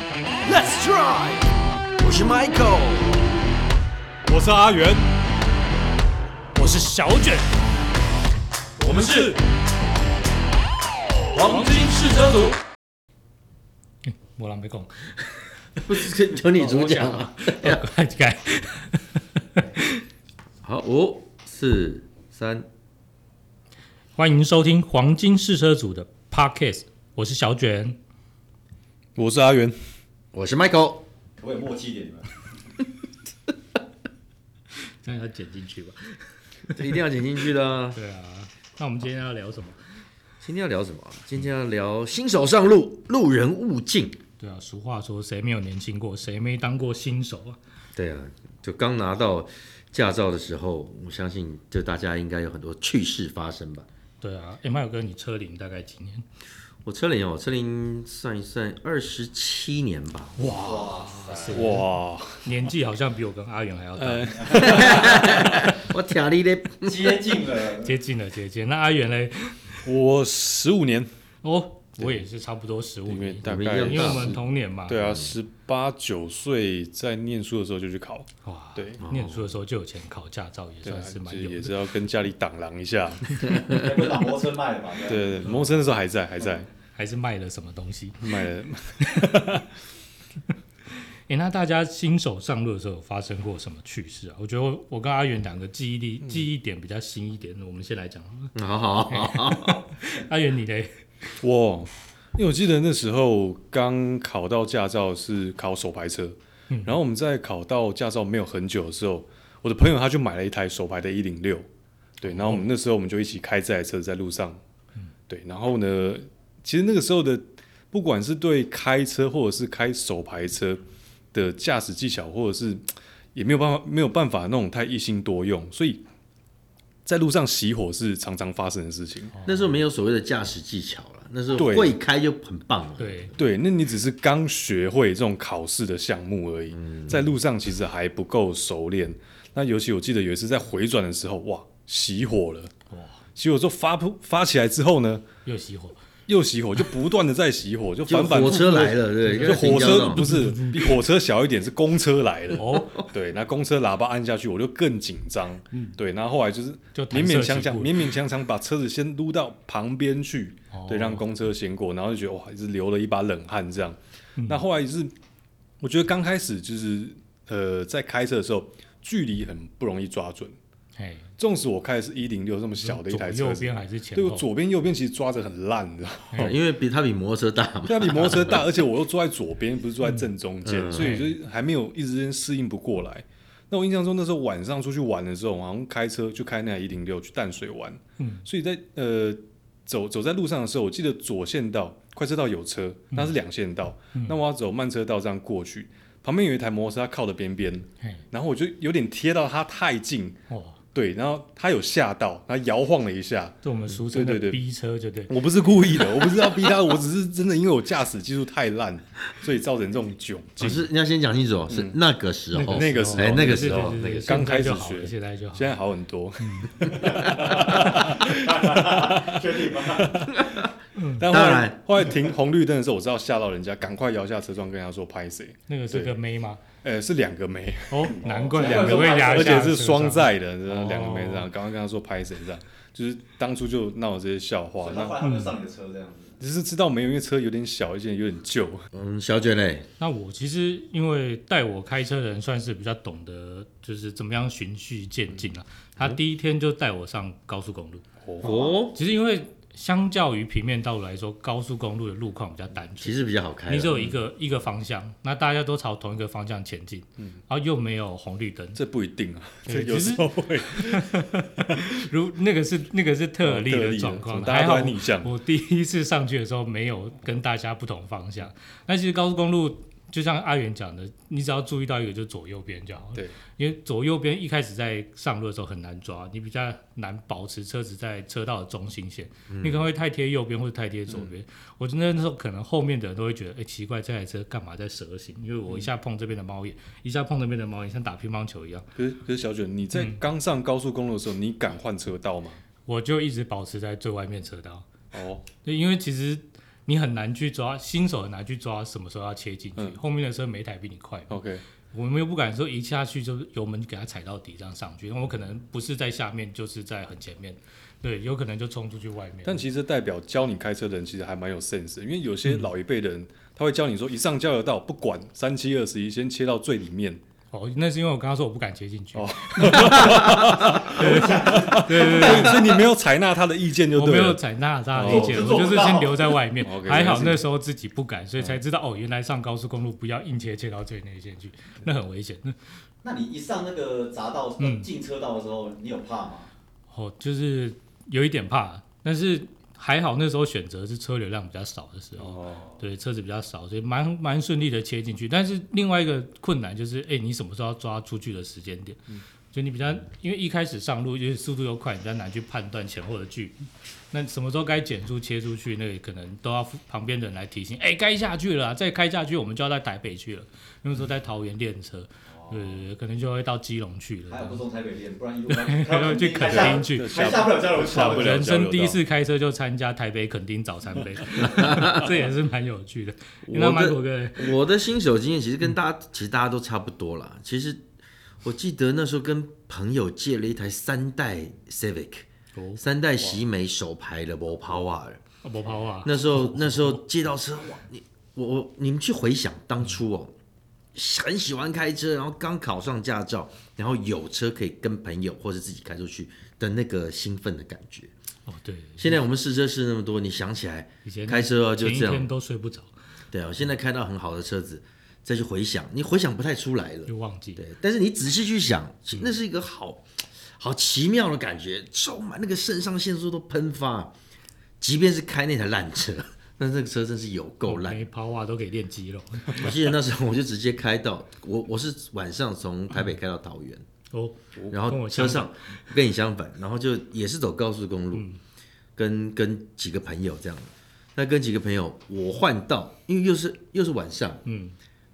Let's try！我是 Michael，我是阿元，我是小卷，我们是黄金试车组。我人要讲，不是求你主讲啊！哦快改。好，五、四、三，欢迎收听黄金试车组的 Podcast，我是小卷。我是阿元，我是 Michael。我也默契一点，你们。这样要剪进去吧？这一定要剪进去的、啊。对啊。那我们今天要聊什么？今天要聊什么啊？今天要聊新手上路，路人勿近。对啊，俗话说，谁没有年轻过？谁没当过新手啊？对啊，就刚拿到驾照的时候，我相信就大家应该有很多趣事发生吧。对啊。哎、麦友哥，你车龄大概几年？ 我车龄哦，我车龄算一算二十七年吧。哇，年纪好像比我跟阿元还要大，我听你的，接近了，接近了，接近。那阿元嘞？我十五年，哦，我也是差不多十五因为年，大你们一概样因为我们同年嘛。对啊，十八九岁在念书的时候就去考，哇，对念书的时候就有钱考驾照，也对啊，算是蛮就是有也的。是要跟家里挡狼一下。还被老摩托车卖了嘛？对对对，对谋生的时候还在，还在还是卖了什么东西？买了诶，那大家新手上路的时候有发生过什么趣事啊？我觉得我我跟阿元两个记忆力、嗯记忆点比较新一点，我们先来讲。 好好好，阿元，你嘞？哇，因为我记得那时候刚考到驾照是考手排车，然后我们在考到驾照没有很久的时候，我的朋友他就买了一台手排的一零六，对，然后我们那时候我们就一起开这台车在路上，对，然后呢，其实那个时候的不管是对开车或者是开手排车的驾驶技巧，或者是也没有办法没有办法那种太一心多用，所以在路上熄火是常常发生的事情。那时候没有所谓的驾驶技巧了，那时候对会开就很棒了。对，对，那你只是刚学会这种考试的项目而已，嗯在路上其实还不够熟练。那尤其我记得有一次在回转的时候，哇，熄火了，熄火之后发不发起来之后呢，又熄火，又熄火，就不断的在熄火，就就反反复火复车地来了，对，就火车不不是比火车小一点，是公车来了。哦， 对，那公车喇叭按下去，我就更紧张。对，然后后来就是嗯就勉弹勉射强起强、步勉勉强强把车子先撸到旁边去，哦对，让公车先过，然后就觉得哇，是流了一把冷汗这样。嗯那后来就是，我觉得刚开始就是呃，在开车的时候，距离很不容易抓准。哎，纵使我开的是一零六这么小的一左台车右子，边还是前对我后？左边右边其实抓着很烂，你知道吗。对哎因为比它比摩托车大嘛。对啊，比摩托车大，而且我又坐在左边，不是坐在正中间，所以就是还没有一时间适应不过来。那我印象中那时候晚上出去玩的时候，我好像开车就开那一零六去淡水玩，嗯，所以在呃走走在路上的时候，我记得左线道快车道有车，那是两线道，那我要走慢车道这样过去，旁边有一台摩托车，它靠的边边，嘿然后我就有点贴到它太近，哇，对，然后它有吓到，它摇晃了一下，这我们俗称对的对对 B 车，就对。我不是故意的，我不是要逼他，我只是真的因为我驾驶技术太烂，所以造成这种窘只境。是你要先讲清楚哦，是那个时候，嗯那个时候哎，那个对时候，对对那对个现在刚开始就好了学现在就好现了。在好很多，确定吗？但后当来然后来停红绿灯的时候，我知道吓到人家，赶快摇下车窗跟他说拍谁。那个是对个妹吗？呃，是两个妹，哦，难怪两两个个会压而下且车是双上。载的，两个妹这样，赶快跟他说拍谁这样，就是当初就闹这些笑话所以，他后那来他们就上你的车这样子。只是知道没有，因为车有点小，而且有点旧，嗯，小卷嘞，那我其实因为带我开车的人算是比较懂得，就是怎么样循序渐进啊。他嗯第一天就带我上高速公路，哦，其实因为相较于平面道路来说，高速公路的路况比较单其纯，实比较好开啦。啊你只有一嗯个、一个方向，那大家都朝同一个方向前进，然后又没有红绿灯，这不一定啊，对这有其实时候会如那个是那个是特例哦特例的的状况，大家还都好在逆向我第一次上去的时候没有跟大家不同方向，但其实高速公路。就像阿元讲的，你只要注意到一个，就左右边就好了。对，因为左右边一开始在上路的时候很难抓，你比较难保持车子在车道的中心线，你可能会太贴右边或者太贴左边。我真的那时候可能后面的人都会觉得，哎、奇怪，这台车干嘛在蛇行？因为我一下碰这边的猫眼，一下碰那边的猫眼，像打乒乓球一样。可是可是小卷，你在嗯刚上高速公路的时候，你敢换车道吗？我就一直保持在最外面车道，哦，对，因为其实你很难去抓新手，很难去抓什么时候要切进去。嗯后面的车每一台比你快嘛， OK，我们又不敢说一下去就是油门给它踩到底这样上去，因为我可能不是在下面，就是在很前面，对，有可能就冲出去外面。但其实这代表教你开车的人其实还蛮有 sense，的因为有些老一辈的人、他会教你说，一上交流道不管三七二十一，先切到最里面。哦，那是因为我刚刚说我不敢切进去，哦所以你没有采纳他的意见就我对没有了。采纳他的哦意见，这我就做是不到先留在外面 OK，。嗯还好没关系那时候自己不敢，所以才知道哦，原来上高速公路不要硬切切到最内线去，那很危险。那那你一上那个匝道呃嗯进车道的时候，你有怕吗？哦，就是有一点怕，但是还好那时候选择是车流量比较少的时候。哦，对，车子比较少，所以蛮蛮顺利的切进去。但是另外一个困难就是，哎、你什么时候要抓出去的时间点？就你比较，因为一开始上路，因为速度又快，你比较难去判断前后的距离。那什么时候该减速切出去，那个可能都要旁边的人来提醒。哎、该下去了啊、再开下去我们就要到台北去了。那时候在桃园练车，对对对，可能就会到基隆去还有不 了。送台北店，不然一路还有 去垦丁去，还下不了交流下道不。了人生第一次开车就参加台北垦丁早餐 杯，这也是蛮有趣的。你知道我蛮的果哥我的新手经验其实跟大家，其实大家都差不多啦。其实我记得那时候跟朋友借了一台三代 Civic，、哦三代喜美手排的摩抛啊，啊不跑啊，那时候那时候借到车，哇，你我我你们去回想当初哦，很喜欢开车，然后刚考上驾照，然后有车可以跟朋友或者自己开出去的那个兴奋的感觉。哦，对，现在我们试车试那么多，你想起来以前开车啊就前一这天样，都睡不着，对啊，我现在开到很好的车子，再去回想，你回想不太出来了。就忘记。对，但是你仔细去想，其那是一个好好奇妙的感觉，充满那个肾上腺素都喷发。即便是开那台烂车， 但是那个车真是有够烂。没跑啊，都可以练肌肉。我记得那时候我就直接开到我我是晚上从台北开到桃园，哦，然跟后我车相反上跟你相反，然后就也是走高速公路，嗯跟跟几个朋友这样。那跟几个朋友，我换道，因为又是又是晚上，嗯，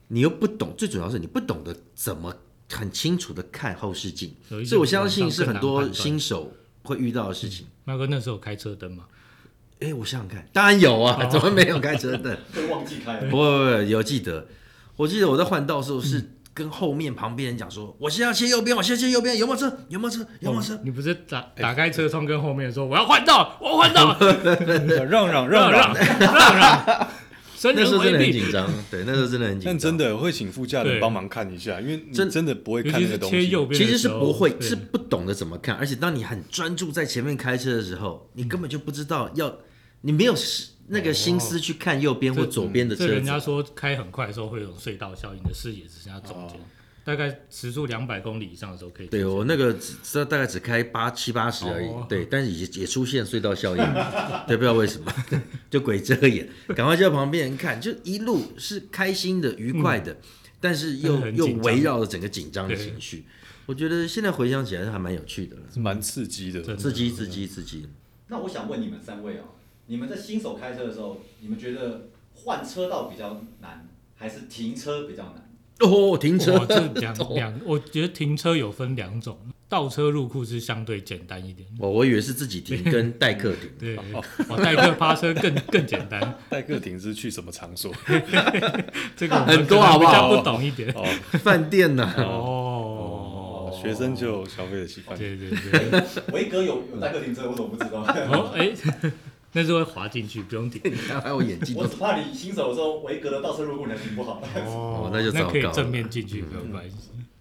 你又不懂，最主要是你不懂得怎么很清楚的看后视镜，有一些所以我相信是很晚多上更难判断新手会遇到的事情。那哥那时候有开车灯嘛，哎、我想想看，当然有哦啊，怎么没有开车灯？ 会忘记开不不不，有记得，我记得我在换道的时候嗯是跟后面旁边人讲说，我现在要切右边，我现在切右边，有没有车？有没有车？有哎没有车哦？你不是打打开车窗跟后面说我要换道， 我要 换道，让让让让让让。让让，生那时人候真为的很避。紧张，对，那时候真的很紧张。但真的会请副驾的人帮忙看一下，因为你真真的不会尤看其那个是东切西。右边其的实是时候不会，对是不懂得怎么看，而且当你很专注在前面开车的时候，你根本就不知道要，你没有时那个心思去看右边或左边的哦这车人家子。啊说开很快的时候会有种隧道效应，你的视野只剩下中间，大概时速两百公里以上的时候可以。哦对我那个只这大概只开八七八十而已哦，对，但是也也出现隧道效应，对，不知道为什么，就鬼遮眼，赶快叫旁边人看，就一路是开心的、愉快的，但是嗯但是又很又紧张围绕着整个紧张的对情绪。我觉得现在回想起来还蛮有趣的，是蛮刺激的，真的刺激刺激刺激。那我想问你们三位哦，你们在新手开车的时候，你们觉得换车道比较难，还是停车比较难？哦，停车哦哇，这两两，我觉得停车有分两种，倒车入库是相对简单一点。 我我以为是自己停跟代客 ，停对，我代客趴车 更更简单，代客亭是去什么场所？这个我们很多可能好不嗯比好较不懂一点。哦饭店 呐、哦，学生就有消费的习惯。对对对，维格有有代客停车，我怎么不知 道？哦哎，那是会滑进去，不用顶。你看还有眼镜我只怕你新手的时候，维格的倒车入库能停不好。哦那就糟糕了那可以正面进去，没有关系。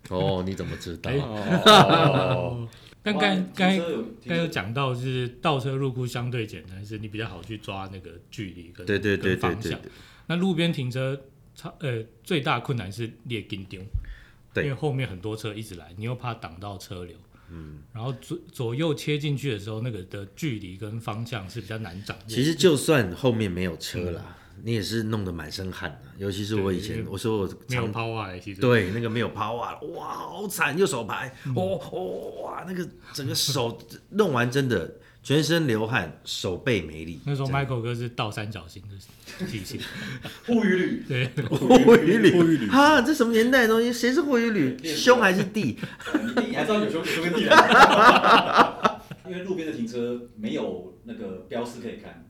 哦，你怎么知道？哎哦，但哇刚停刚车有停刚有车讲到，就是倒车入库相对简单，是你比较好去抓那个距离跟对对对对跟方对向对。那路边停车，差呃最大困难是列跟丢，对因为后面很多车一直来，你又怕挡到车流，嗯，然后左左右切进去的时候，那个的距离跟方向是比较难掌握。其实就算后面没有车啦，你也是弄得满身汗啊。尤其是我以对前因，为我说我没有常抛啊，其实，对那个没有抛啊，哇，好惨，右手牌，哦哦哇，那个整个手 弄完真的全身流汗，手背没力。那时候 Michael 哥是倒三角形的体型，护鱼率对，火鱼霍玉旅旅啊，这什么年代的东西？谁是火鱼 旅？练胸还是地？你还知道有兄弟兄弟的，因为路边的停车没有那个标识可以看，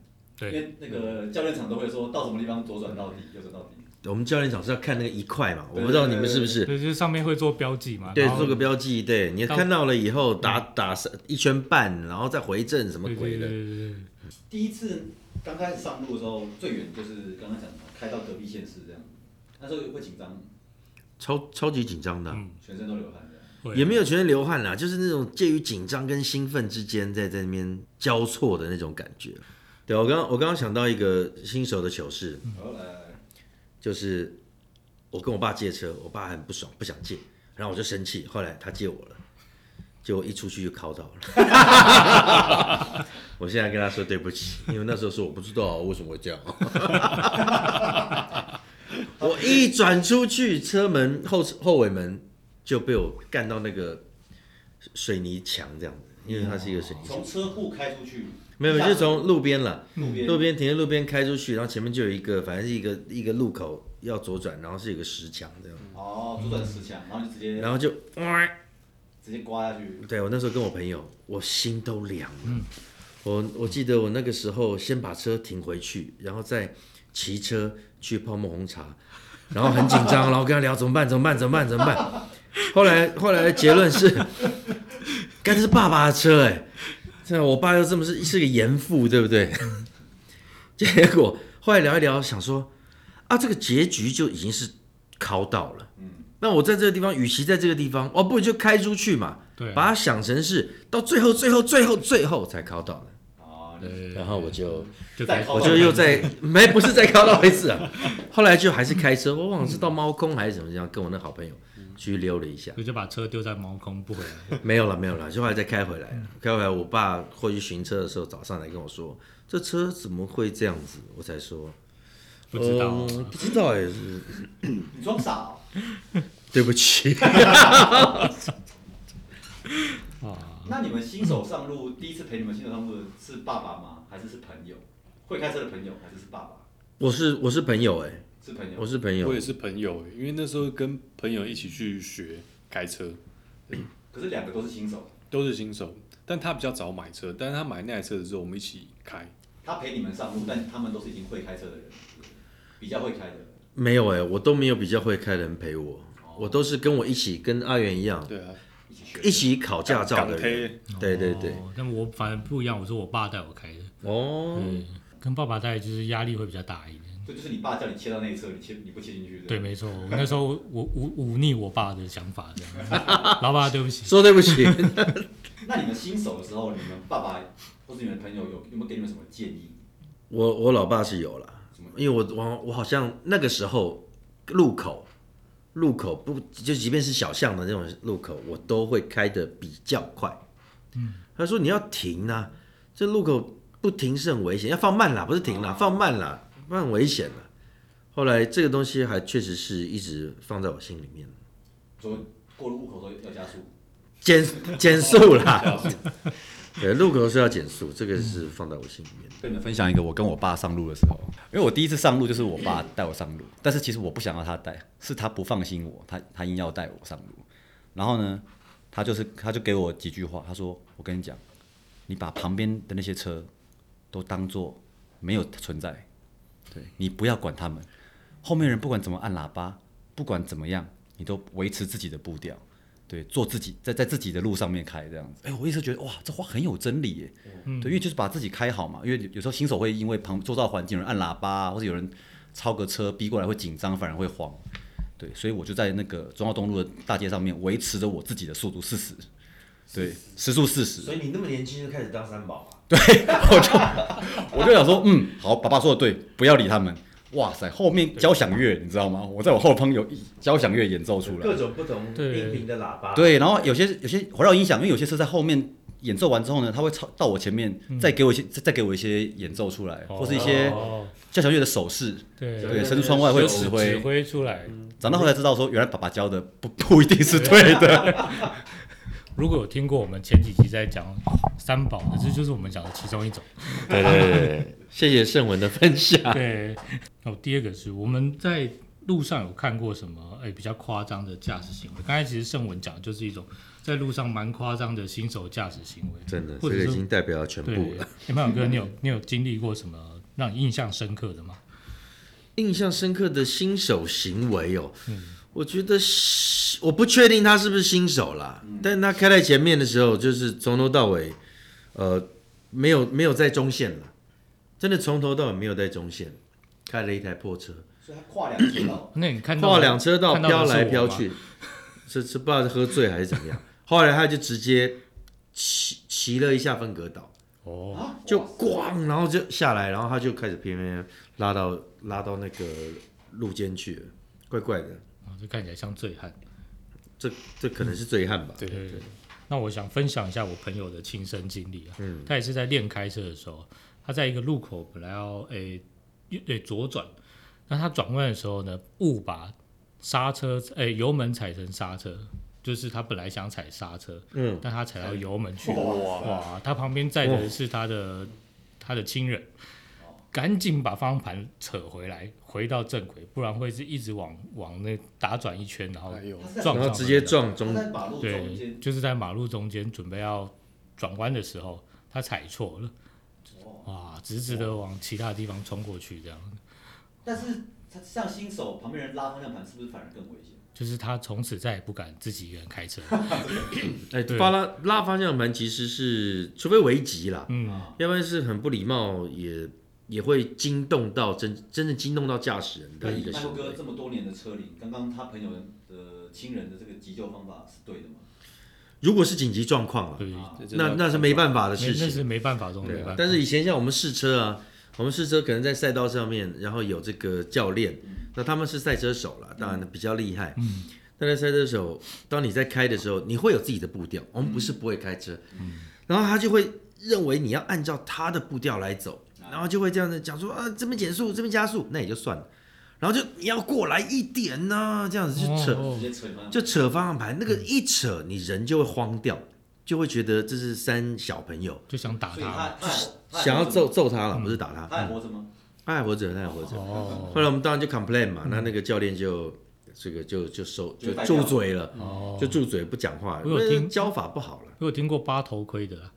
对，因为那个教练场都会说到什么地方左转到底，右转到底。我们教练场是要看那个一块嘛，我对不知道你们是不是。对，就是上面会做标记嘛，对然，后做个标记。对，你看到了以后嗯打打一圈半，然后再回正什么对鬼对的？对对对，第一次刚开始上路的时候，最远就是刚刚讲的开到隔壁县市这样，那时候会紧张，超超级紧张的啊，嗯全身都流汗这样。会也没有全身流汗啦，就是那种介于紧张跟兴奋之间在在那边交错的那种感觉。对我刚我刚刚想到一个新手的糗事，嗯好，来呃来来，就是我跟我爸借车，我爸很不爽，不想借，然后我就生气，后来他借我了，结果一出去就考到了。 我现在跟他说对不起，因为那时候是我不知道为什么会这样。 我一转出去，车门后后尾门就被我干到那个水泥墙这样子，因为它是一个水泥墙从，车库开出去，没有，没有下就是从路边了。路边路边停在路边开出去，然后前面就有一个，反正是一个一个路口要左转，然后是有个石墙这样，哦，左转十强，然后就直接然后就，直接刮下去，对我那时候跟我朋友，我心都凉了。我我记得我那个时候先把车停回去，然后再骑车去泡沫红茶，然后很紧张，然后跟他聊怎么办怎么办怎么办怎么办。后来后来的结论是， 该是爸爸的车哎、这我爸又这么是是个严父，对不对？ 结果后来聊一聊，想说啊，这个结局就已经是考到了。那我在这个地方，与其在这个地方，哦，不如就开出去嘛，对啊把它想成是到最后、最后、最后、最后才考到的。哦，对哦然后我就就再开始考我就又在没不是再考到一次啊，后来就还是开车，我忘了是到猫空还是怎么样，跟我那好朋友嗯去溜了一下，我就把车丢在猫空不 回来，没有了没有了，就后来再开回来，开回来我爸回去巡车的时候，早上来跟我说这车怎么会这样子，我才说不知道啊哦嗯不知道哎、是你装傻哦，对不起， 啊，那你们新手上路，第一次陪你们新手上路的是爸爸吗？还是是朋友？会开车的朋友还是是爸爸？我是我是朋友哎、是朋友我。是朋友我，也是朋友，欸因为那时候跟朋友一起去学开车，可是两个都是新手，都是新手，但他比较早买车，但是他买那台车的时候，我们一起开。他陪你们上路，但他们都是已经会开车的人，比较会开的。没有哎、我都没有比较会开的人陪我，我都是跟我一起跟阿元一样对啊，一起学。一起考驾照港的人，推对对对，哦，但我反正不一样，我是我爸带我开的，哦，跟爸爸带就是压力会比较大一点。这就是你爸叫你切到内侧，你切你不切进去的。对，没错，我那时候我我忤忤逆我爸的想 法，这 样，老爸对不起，说对不 起，那你们新手的时候，你们爸爸或是你们朋友有有没有给你们什么建议？我我老爸是有啦，因为我我我好像那个时候路口路口不就即便是小巷的那种路口，我都会开的比较快。嗯，他说你要停啊，这路口不停是很危险，要放慢啦，不是停啦，放慢啦，不然很危险啦。后来这个东西还确实是一直放在我心里面，说过路口都要加速，减减速啦。 对，路口是要减速，这个是放在我心里面。跟你们分分享一个我跟我爸上路的时候，因为我第一次上路就是我爸带我上路，但是其实我不想要他带，是他不放心我，他他硬要带我上路。然后呢，他就是他就给我几句话，他说：“我跟你讲，你把旁边的那些车都当做没有存在，对你不要管他们，后面人不管怎么按喇叭，不管怎么样，你都维持自己的步调。”对，做自己在在自己的路上面开这样子，哎、我一直觉得哇，这话很有真理耶，对，因为就是把自己开好嘛，因为有有时候新手会因为旁周遭的环境有人按喇叭、啊，或者有人超个车逼过来会紧张，反而会慌，对，所以我就在那个中澳东路的大街上面维持着我自己的速度四十，对，时速四十，以你那么年轻就开始当三宝啊？我就想说，嗯，好，爸爸说的对，不要理他们。哇塞，后面交响乐你知道吗？我在我后方有一交响乐演奏出来，种不同对音频的喇啊叭对，然后有些有些环绕音响，因为有些车在后面演奏完之后呢，它会超到我前面，再给我一些再再给我一些演奏出来，或是一些嗯哦交响乐的手势，对对，伸出窗外会有指指挥。挥出来。长大后才知道说，原来爸爸教的不不一定是对的。如果有听过我们前几集在讲三宝的，这就是我们讲的其中一种。对对对对， 谢谢盛文的分享。对，然后第二个是我们在路上有看过什么哎、比较夸张的驾驶行为？刚才其实盛文讲的就是一种在路上蛮夸张的新手驾驶行为，真的，或这个者是已经代表了全对部了。，哎，曼勇哥，你有你有经历过什么让你印象深刻的吗？印象深刻的新手行为哦，嗯我觉得是我不确定他是不是新手啦，但他开在前面的时候，就是从头到尾，呃，没有没有在中线了，真的从头到尾没有在中线，开了一台破车， 所以他跨两车 道，那你看到跨两车道看到的飘来是我飘吗，去，是是不知道是喝醉还是怎么样，后来他就直接骑骑了一下分隔岛。哦，啊就哇咣，然后就下来，然后他就开始偏偏拉到拉到那个路肩去了，怪怪的，啊这看起来像醉汉。这这可能是醉汉吧？嗯对对对。那我想分享一下我朋友的亲身经历啊，他也是在练开车的时候，他在一个路口本来要诶右诶左转，那他转弯的时候呢，误把刹车诶油门踩成刹车，就是他本来想踩刹车，嗯，但他踩到油门去了，哇哇！他旁边载的是他的他的亲人，赶紧把方向盘扯回来，回到正轨，不然会是一直往往那打转一圈，然后哎呦，他是在撞然后上直接了撞他中，在马路中对间，，就是在马路中间准备要转弯的时候，他踩错了，哦哇，直直的往其他地方冲过去，这样，但是他像新手旁边人拉方向盘，是不是反而更危险？就是他从此再也不敢自己一个人开车。哎，对发拉拉方向盘其实是，除非危急啦，嗯，啊要不然是很不礼貌，也也会惊动到真真的惊动到驾驶人的一个麦克行哥为。这么多年的车龄，刚刚他朋友的亲人的这个急救方法是对的吗？如果是紧急状况啊，对，没那那是没办法的事那情，是没办法，这种没对啊办法。但是以前像我们试车啊，我们试车可能在赛道上面，然后有这个教练，那他们是赛车手啦，当然比较厉害。嗯，但在赛车手，当你在开的时候，你会有自己的步调。我们不是不会开车，然后他就会认为你要按照他的步调来走，然后就会这样子讲说啊，这边减速，这边加速，那也就算了。然后就你要过来一点呢、这样子就扯，哦直接扯吗？就扯方向盘，那个一扯，你人就会慌掉，就会觉打这是三小朋友。就想打所以他他。他他想要揍揍揍，他了，不是打他。他还活着吗？他还活着，他还活着。哦后来我们当然就 complain 嘛，那那个教练就这个就就收就就代住表嘴了，哦，就住嘴不讲话，我有因为听教法不好了，我有听过扒头盔的啦，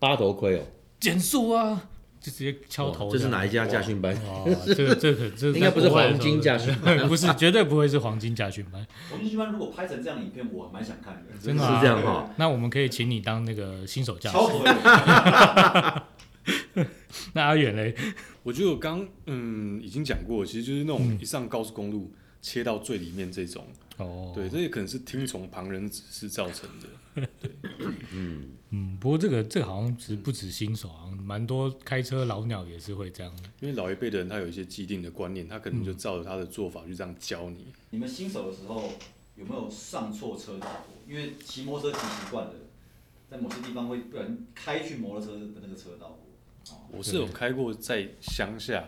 扒头盔哦，减速啊，就直接敲哇头样。哦这是哪一家驾训班？哦，这个这个这 个应该不是在国外的时黄候金驾训，不是，绝对不 会是黄金驾训班。我们一般如果拍成这样的影片，我蛮想看的，真的啊是这样哈。那我们可以请你当那个新手驾驶超。可以。那阿远嘞，我觉得我刚嗯已经讲过，其实就是那嗯种一上高速公路切到最里面这种，哦，对，这也可能是听从旁人指示造成的。嗯，不过这个这个好像是不止新手啊，蛮多开车老鸟也是会这样。因为老一辈的人他有一些既定的观念，他可能就照着他的做法去这样教你。 你们新手的时候有没有上错车道过？因为骑摩托车骑习惯了，在某些地方会不然开去摩托车的那个车道过。我是有开过在乡下，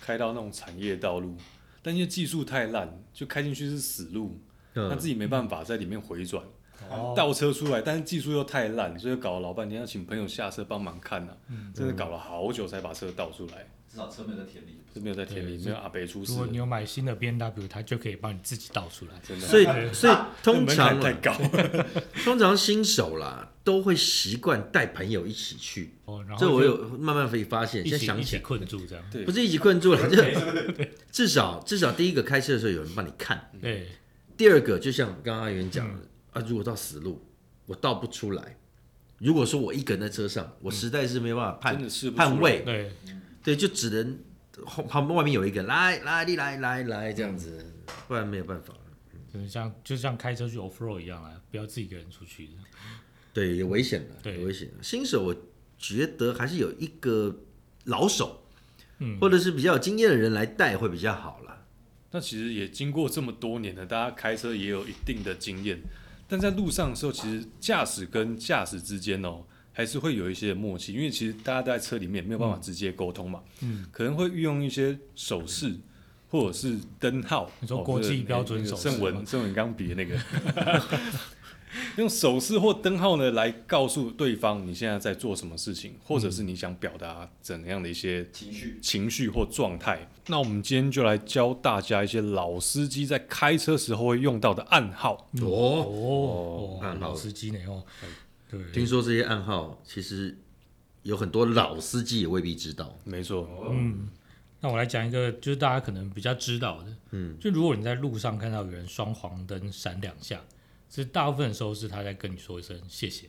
开到那种产业道路，但因为技术太烂，就开进去是死路，他嗯，自己没办法在里面回转，哦倒车出来，但是技术又太烂，所以搞了老半天，要请朋友下车帮忙看呐、嗯真嗯的搞了好久才把车倒出来，至少车没有在田里。是没有在田里，没有阿北出如事果的，你有买新的 B N W，它就可以帮你自己倒出来。真的，所以对所以这通门槛常太高，通常新手啦都会习惯带朋友一起去，哦，然后这我就有慢慢可以发现，一现在起想一起起来。困住这样。对不是一起困住了，就 至少至少第一个开车的时候有人帮你看，对，第二个，就像刚刚阿元讲的、嗯啊，如果到死路，我倒不出来。如果说我一个人在车上，我实在是没办法真判的是不出来判位，对，对，就只能后旁边外面有一个人来来你来来来这样子，嗯不然没有办法。就是像就像开车去 off road 一样啊，不要自己一个人出去。对，有危险的，对有危险的。新手我觉得还是有一个老手，嗯或者是比较有经验的人来带会比较好啦。那其实也经过这么多年了，大家开车也有一定的经验，但在路上的时候，其实驾驶跟驾驶之间哦，还是会有一些默契，因为其实大家在车里面没有办法直接沟通嘛，嗯，可能会运用一些手势。或者是灯号，你说哦国际这个标准手势那个正吗文正文刚比的那个， 用手势或灯号呢来告诉对方你现在在做什么事情，或者是你想表达怎样的一些情绪情绪或状态。那我们今天就来教大家一些老司机在开车时候会用到的暗号。哦，哦，那哎哦很好老司机呢哦，对，听说这些暗号其实有很多老司机也未必知道。没错，嗯那我来讲一个，就是大家可能比较知道的，嗯，就如果你在路上看到有人双黄灯闪两下，其实大部分的时候是他在跟你说一声谢谢，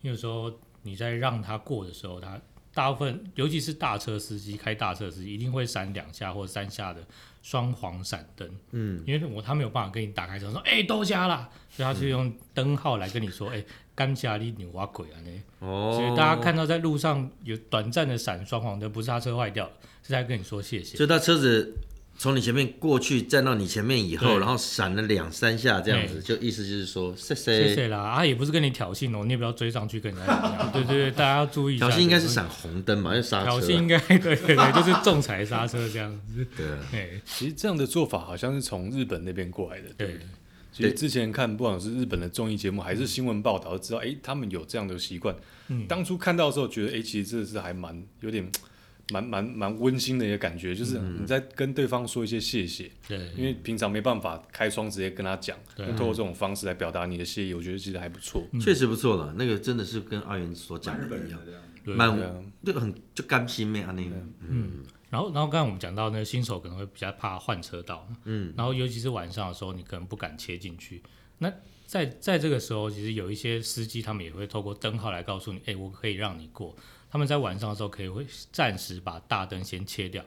因为有时候你在让他过的时候，他大部分尤其是大车司机开大车司机一定会闪两下或者三下的双黄闪灯，嗯，因为我他没有办法跟你打开车说，哎、都加啦，所以他是用灯号来跟你说，哎、干加你牛蛙鬼啊那。哦所以大家看到在路上有短暂的闪双黄灯，不是他车坏掉了，是在跟你说谢谢。就他车子从你前面过去，站到你前面以后，对然后闪了两三下，这样子，就意思就是说，谢谢谢。谢啦，啊，也不是跟你挑衅哦，你也不要追上去跟人家讲。 对对对，大家要注意一下。挑衅应该是闪红灯嘛，因为刹挑车啊衅应该对对对，就是仲裁刹车这样子。对啊。对其实这样的做法好像是从日本那边过来的。对，其实之前看不管是日本的综艺节目还是新闻报道，知道哎、诶他们有这样的习惯。嗯当初看到的时候，觉得哎、诶其实真的是还蛮有点蛮蛮蛮温馨的一个感觉，就是你在跟对方说一些谢谢，嗯对因为平常没办法开窗直接跟他讲，对哦那透过这种方式来表达你的谢意，我觉得其实还不错。嗯确实不错了，那个真的是跟阿元所讲日的本一人样的，这样，对蛮对啊就很就甘心咩啊那个，然后，然后刚才我们讲到，那个新手可能会比较怕换车道，嗯，然后尤其是晚上的时候，你可能不敢切进去。那在在这个时候，其实有一些司机他们也会透过灯号来告诉你，哎，我可以让你过。他们在晚上的时候可以会暂时把大灯先切掉，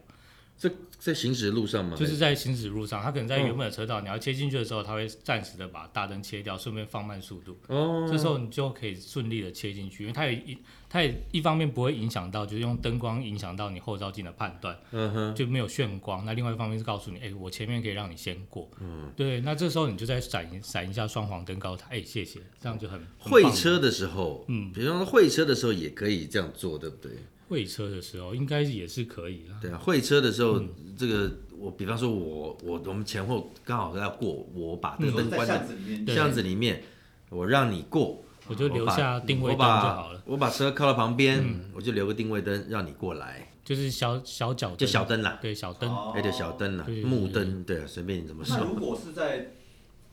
这在行驶的嗯路上嘛，就是在行驶路上，他可能在原本的车道，你要切进去的时候，他会暂时的把大灯切掉，顺便放慢速度。哦，这时候你就可以顺利的切进去，因为它也一它也一方面不会影响到，就是用灯光影响到你后照镜的判断，嗯哼，就没有眩光。那另外一方面是告诉你，哎、我前面可以让你先过，嗯，对。那这时候你就再闪一闪一下双黄灯告诉他，哎、谢谢，这样就很很会棒车的时候，嗯，比方说会车的时候也可以这样做，对不对？会车的时候应该也是可以啦。对啊，会车的时候，嗯这个我比方说我我我们前后刚好要过，我把这你嗯个说灯在关巷在子里面，对巷子里面，我让你过，我就留把下定我位灯就把好了，嗯我把车靠到旁边，我就留个定位灯让你过来，哎就是小小脚灯就小灯啦，对小灯，哦哎，就小灯啦对，对木对灯，对啊，随便你怎么那说。如果是在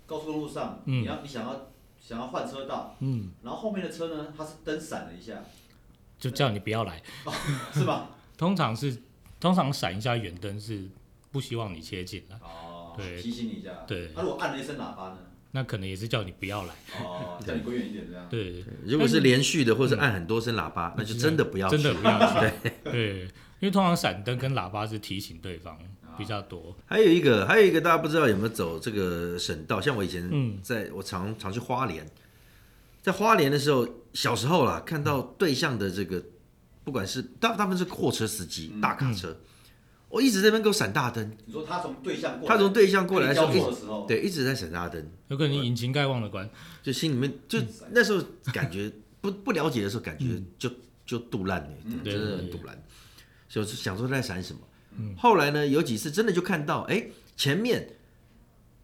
高速公路上，嗯你要你想要想要换车道，嗯，然后后面的车呢，它是灯闪了一下， 就叫你不要来。是吧？通常是通常闪一下远灯是不希望你切近了，哦，对提醒你一下。对那如果按了一声喇叭呢？那可能也是叫你不要来。哦，叫你滚远一点这样。对，如果是连续的，或是按很多声喇叭，那就真的不要去，嗯啊真的不要去。对，因为通常闪灯跟喇叭是提醒对方比较多。还有一个，还有一个大家不知道有没有走这个省道，像我以前嗯在、我常常去花莲，在花莲的时候，小时候啦，看到对象的这个，不管是大大部分是货车司嗯机、大卡车，我一直在那边给我闪大灯，你说他从对向过来，他从对象过来的跟时你候，一交直错的时候，对一直在闪大灯，有可能你引擎盖忘了关，就心里面就那时候感觉不不了解的时候，感觉就就肚烂呢，嗯真的对很对对肚烂。所以我就想说在闪什么。后来呢，有几次真的就看到，哎，前面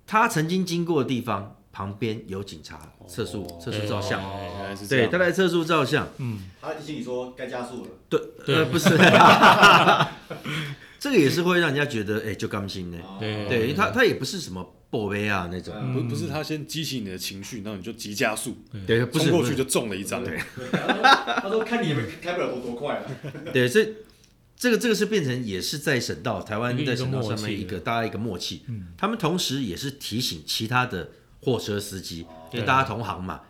他曾经经过的地方旁边有警察测速测速照相，哦原来是这对，样他。在测速照相，他提醒你说该加速了。对，呃，对不是， 这个也是会让人家觉得，哎，就甘心呢。哦对对，因为他他也不是什么宝贝啊那种，不不是他先激起你的情绪，然后你就急加速，对，哎不冲是过不去是就中了一张。他说他说看你开不了多多快了。 对，所以这个这个是变成也是在省道，台湾一个在省道上一个默面契嗯一个大家一个默契，他们同时也是提醒其他的货车司机，因为大家同行嘛，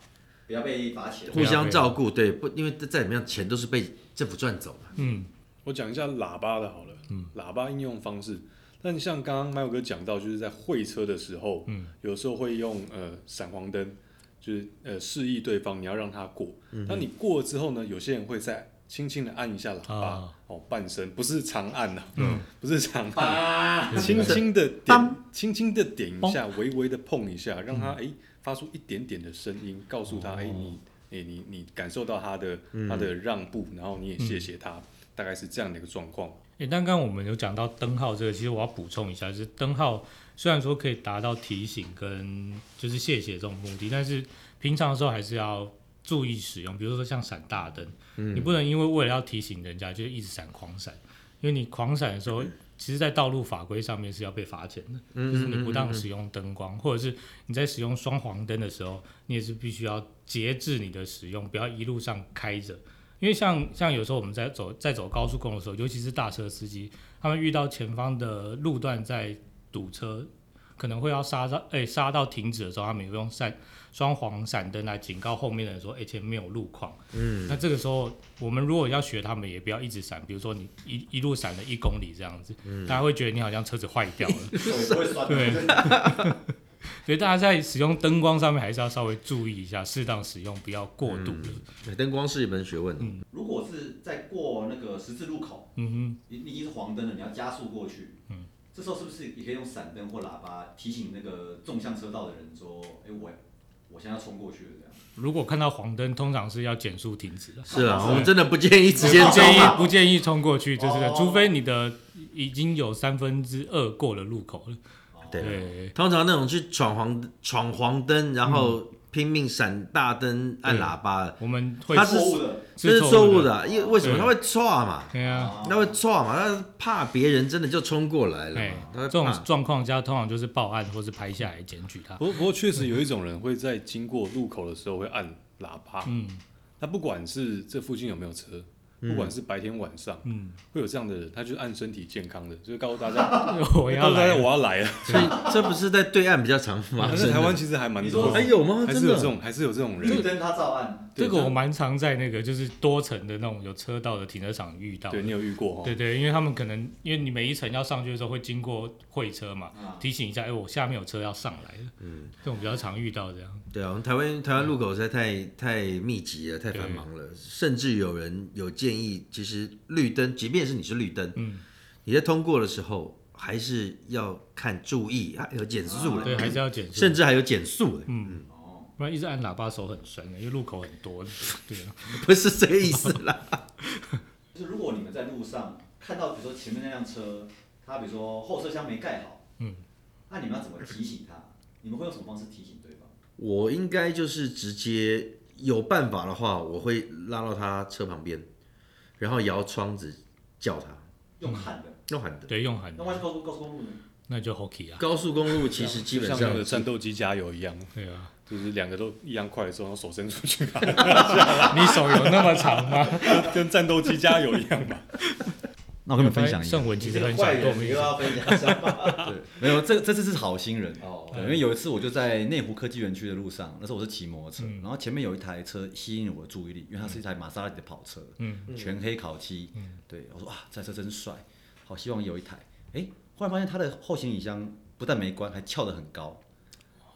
不要被 罚钱。哦对互啊相照顾，对，不，因为再怎么样钱都是被政府赚走嘛，嗯，我讲一下喇叭的好了，嗯喇叭应用方式。那你像刚刚麦友哥讲到，就是在会车的时候，嗯有时候会用呃闪黄灯，就是呃示意对方你要让他过。嗯那你过了之后呢，有些人会再轻轻的按一下喇叭，啊哦，半声，不是长按呐、嗯不是长按，啊！轻轻的点，轻轻的点一下，微微的碰一下，让他哎、发出一点点的声音，告诉他哎、你哎、你你感受到他的、他的让步，然后你也谢谢他，大概是这样的一个状况。诶，但刚刚我们有讲到灯号这个，其实我要补充一下，就是灯号虽然说可以达到提醒跟就是谢谢这种目的，但是平常的时候还是要注意使用。比如说像闪大灯，你不能因为为了要提醒人家，就一直闪狂闪，因为你狂闪的时候，其实在道路法规上面是要被罚钱的，就是你不当使用灯光，或者是你在使用双黄灯的时候，你也是必须要节制你的使用，不要一路上开着。因为像像有时候我们在走在走高速公路的时候，尤其是大车司机，他们遇到前方的路段在堵车，可能会要刹到哎刹到停止的时候，他们也会用闪双黄闪灯来警告后面的人说，哎、前面有路况。嗯，那这个时候我们如果要学他们，也不要一直闪，比如说你一一路闪了一公里这样子，大家会觉得你好像车子坏掉了。手也不会酸 对的。所以大家在使用灯光上面还是要稍微注意一下，适当使用，不要过度了。灯光是一门学问的，如果是在过那个十字路口，嗯你你已经是黄灯了，你要加速过去，嗯，这时候是不是也可以用闪灯或喇叭提醒那个纵向车道的人说，哎、我我现在要冲过去了这样？哼，如果看到黄灯，通常是要减速停止的。是啊，我们真的不建议直接不中建议啊。不建议冲过去，就是的哦除非你的已经有三分之二过了路口了。对，对，通常那种去闯黄闯黄灯，然嗯后拼命闪大灯、按喇叭的，我们会他是错误的，这是错错误误的啊，因为为什么对他会错嘛？对啊，哦他会错嘛？他怕别人真的就冲过来了哎嘛，，他这会种怕。状况下通常就是报案或是拍下来检举他。不过不过确实有一种人会在经过路口的时候会按喇叭，嗯他不管是这附近有没有车，不管是白天晚上，嗯，会有这样的人，他就是按身体健康的，就是告诉大家， 我要告诉大来家了 我要来 了。所以这不是在对岸比较常发但生是 的。台湾其实还蛮你多说还的，有吗？还真是有这的？种还是有这种绿人，灯他照按，对这个我蛮常在那个就是多层的那种有车道的停车场遇到的对你有遇过哈对？对，因为他们可能因为你每一层要上去的时候会经过会车嘛，啊提醒一下，哎，我下面有车要上来了。嗯，这种比较常遇到这样。对啊，我们台湾台湾路口实在太太密集了，太繁忙嗯了，甚至有人有建议，其实绿灯，即便是你是绿灯，嗯，你在通过的时候还是要看注意，还有减速对，的，还是要减速，甚至还有减速的，嗯，哦不然一直按喇叭手很酸的，因为路口很多。对啊，不是这个意思啦。就是如果你们在路上看到，比如说前面那辆车，它比如说后车厢没盖好，嗯，那你们要怎么提醒他？你们会用什么方式提醒对方？我应该就是直接有办法的话，我会拉到他车旁边，然后摇窗子叫他，用喊嗯的，用喊的。对，用很那万一高速高速公路呢？那就 hockey 啊。高速公路其实基就本像上那个战斗机加油一样，对啊，就是两个都一样快的时候，然后手伸出去， 你手有那么长吗？跟战斗机加油一样嘛。 那我跟你们分享一下圣，文其实很你是个坏想人跟我们你一又起。要分享一下。 没有，这这次是好心人哦哦。对因为有一次我就在内湖科技园区的路上，那时候我是骑摩托车，嗯然后前面有一台车吸引我的注意力，因为它是一台玛莎拉蒂的跑车，嗯全黑烤漆，对，我说啊，这台车真帅，好希望有一台。哎，忽然发现它的后行李箱不但没关，还翘得很高。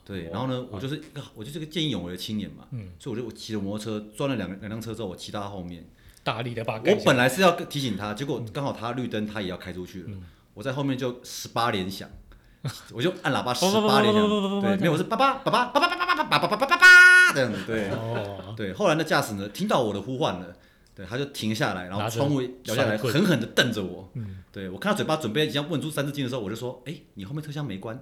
对，然后呢，我就是一个，我就是个见义勇为的青年嘛，嗯所以我就我骑着摩托车撞了两个两辆车之后，我骑到他后面，大力的把它我盖起来。本来是要提醒他，结果刚好他绿灯，他也要开出去了。我在后面就十八连响，我就按喇叭十八连响，对，没有，我是叭叭叭叭叭叭叭叭叭叭叭叭叭叭叭这样子，对哦，对。后来那驾驶呢，听到我的呼唤了，对，他就停下来，然后窗户摇下来，狠狠的瞪着我。对我看他嘴巴准备即将问出三字经的时候，我就说：“哎，你后面车厢没关。”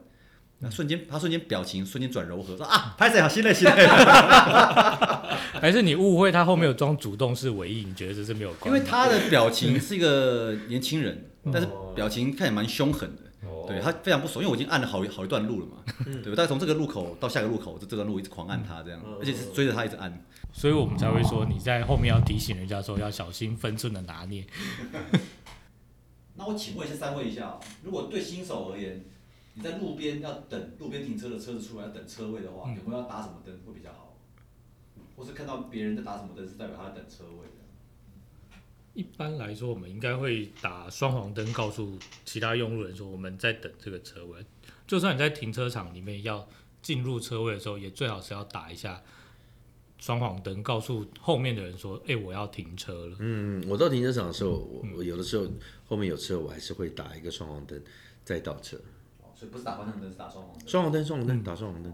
那瞬间，他瞬间表情瞬间转柔和，说啊，拍谁好心累心累，还是你误会他后面有装主动式尾翼，你觉得这是没有关？因为他的表情是一个年轻人，但是表情看起来蛮凶狠的，对他非常不爽，因为我已经按了好一好一段路了嘛，对，我大概从这个路口到下一个路口，这这段路一直狂按他这样，而且是追着他一直按，所以我们才会说你在后面要提醒人家说要小心分寸的拿捏。那我请问一下三位一下哦，如果对新手而言，你在路边要等路边停车的车子出来要等车位的嗯话，有没有要打什么灯会比较好？或是看到别人在打什么灯，是代表他在等车位的？一般来说，我们应该会打双黄灯，告诉其他用路人说我们在等这个车位。就算你在停车场里面要进入车位的时候，也最好是要打一下双黄灯，告诉后面的人说：“哎、我要停车了。嗯，我到停车场的时候，我嗯我有的时候后面有车，我还是会打一个双黄灯再倒车。哦，所以不是打方向灯，是打双黄灯。双黄灯，双黄灯，打双黄灯，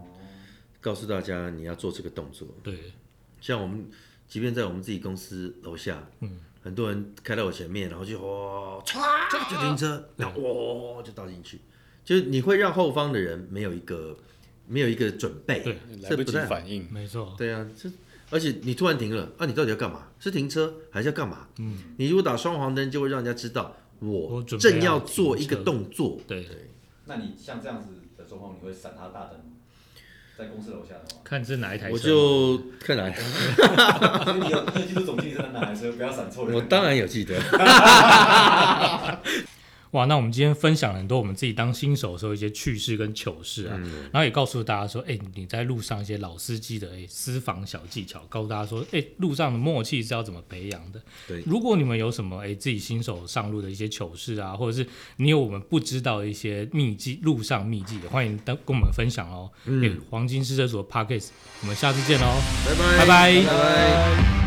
告诉大家你要做这个动作。对，像我们，即便在我们自己公司楼下，嗯，很多人开到我前面，然后就哇，唰啊就停车，然后哇就倒进去，就是你会让后方的人没有一个没有一个准备，对来这不不及太好反应，没错，对啊，这而且你突然停了，啊，你到底要干嘛？是停车还是要干嘛？嗯，你如果打双黄灯，就会让人家知道我我准备正要要做停一个车动作。对，那你像这样子的状况，你会闪他大灯吗？在公司楼下的话，看是哪一台车。我就看来， 所 以你有你有记住总经理是哪台车，不要闪错人。我当然有记得，哇，那我们今天分享了很多我们自己当新手的时候一些趣事跟糗事啊，然后也告诉大家说，哎、你在路上一些老司机的哎、私房小技巧，告诉大家说，哎、路上的默契是要怎么培养的。对如果你们有什么哎、自己新手上路的一些糗事啊，或者是你有我们不知道的一些秘籍，路上秘籍，也欢迎跟跟我们分哎享哦。嗯，黄金施舍所 p a c k a s 我们下次见喽，拜拜拜拜拜拜。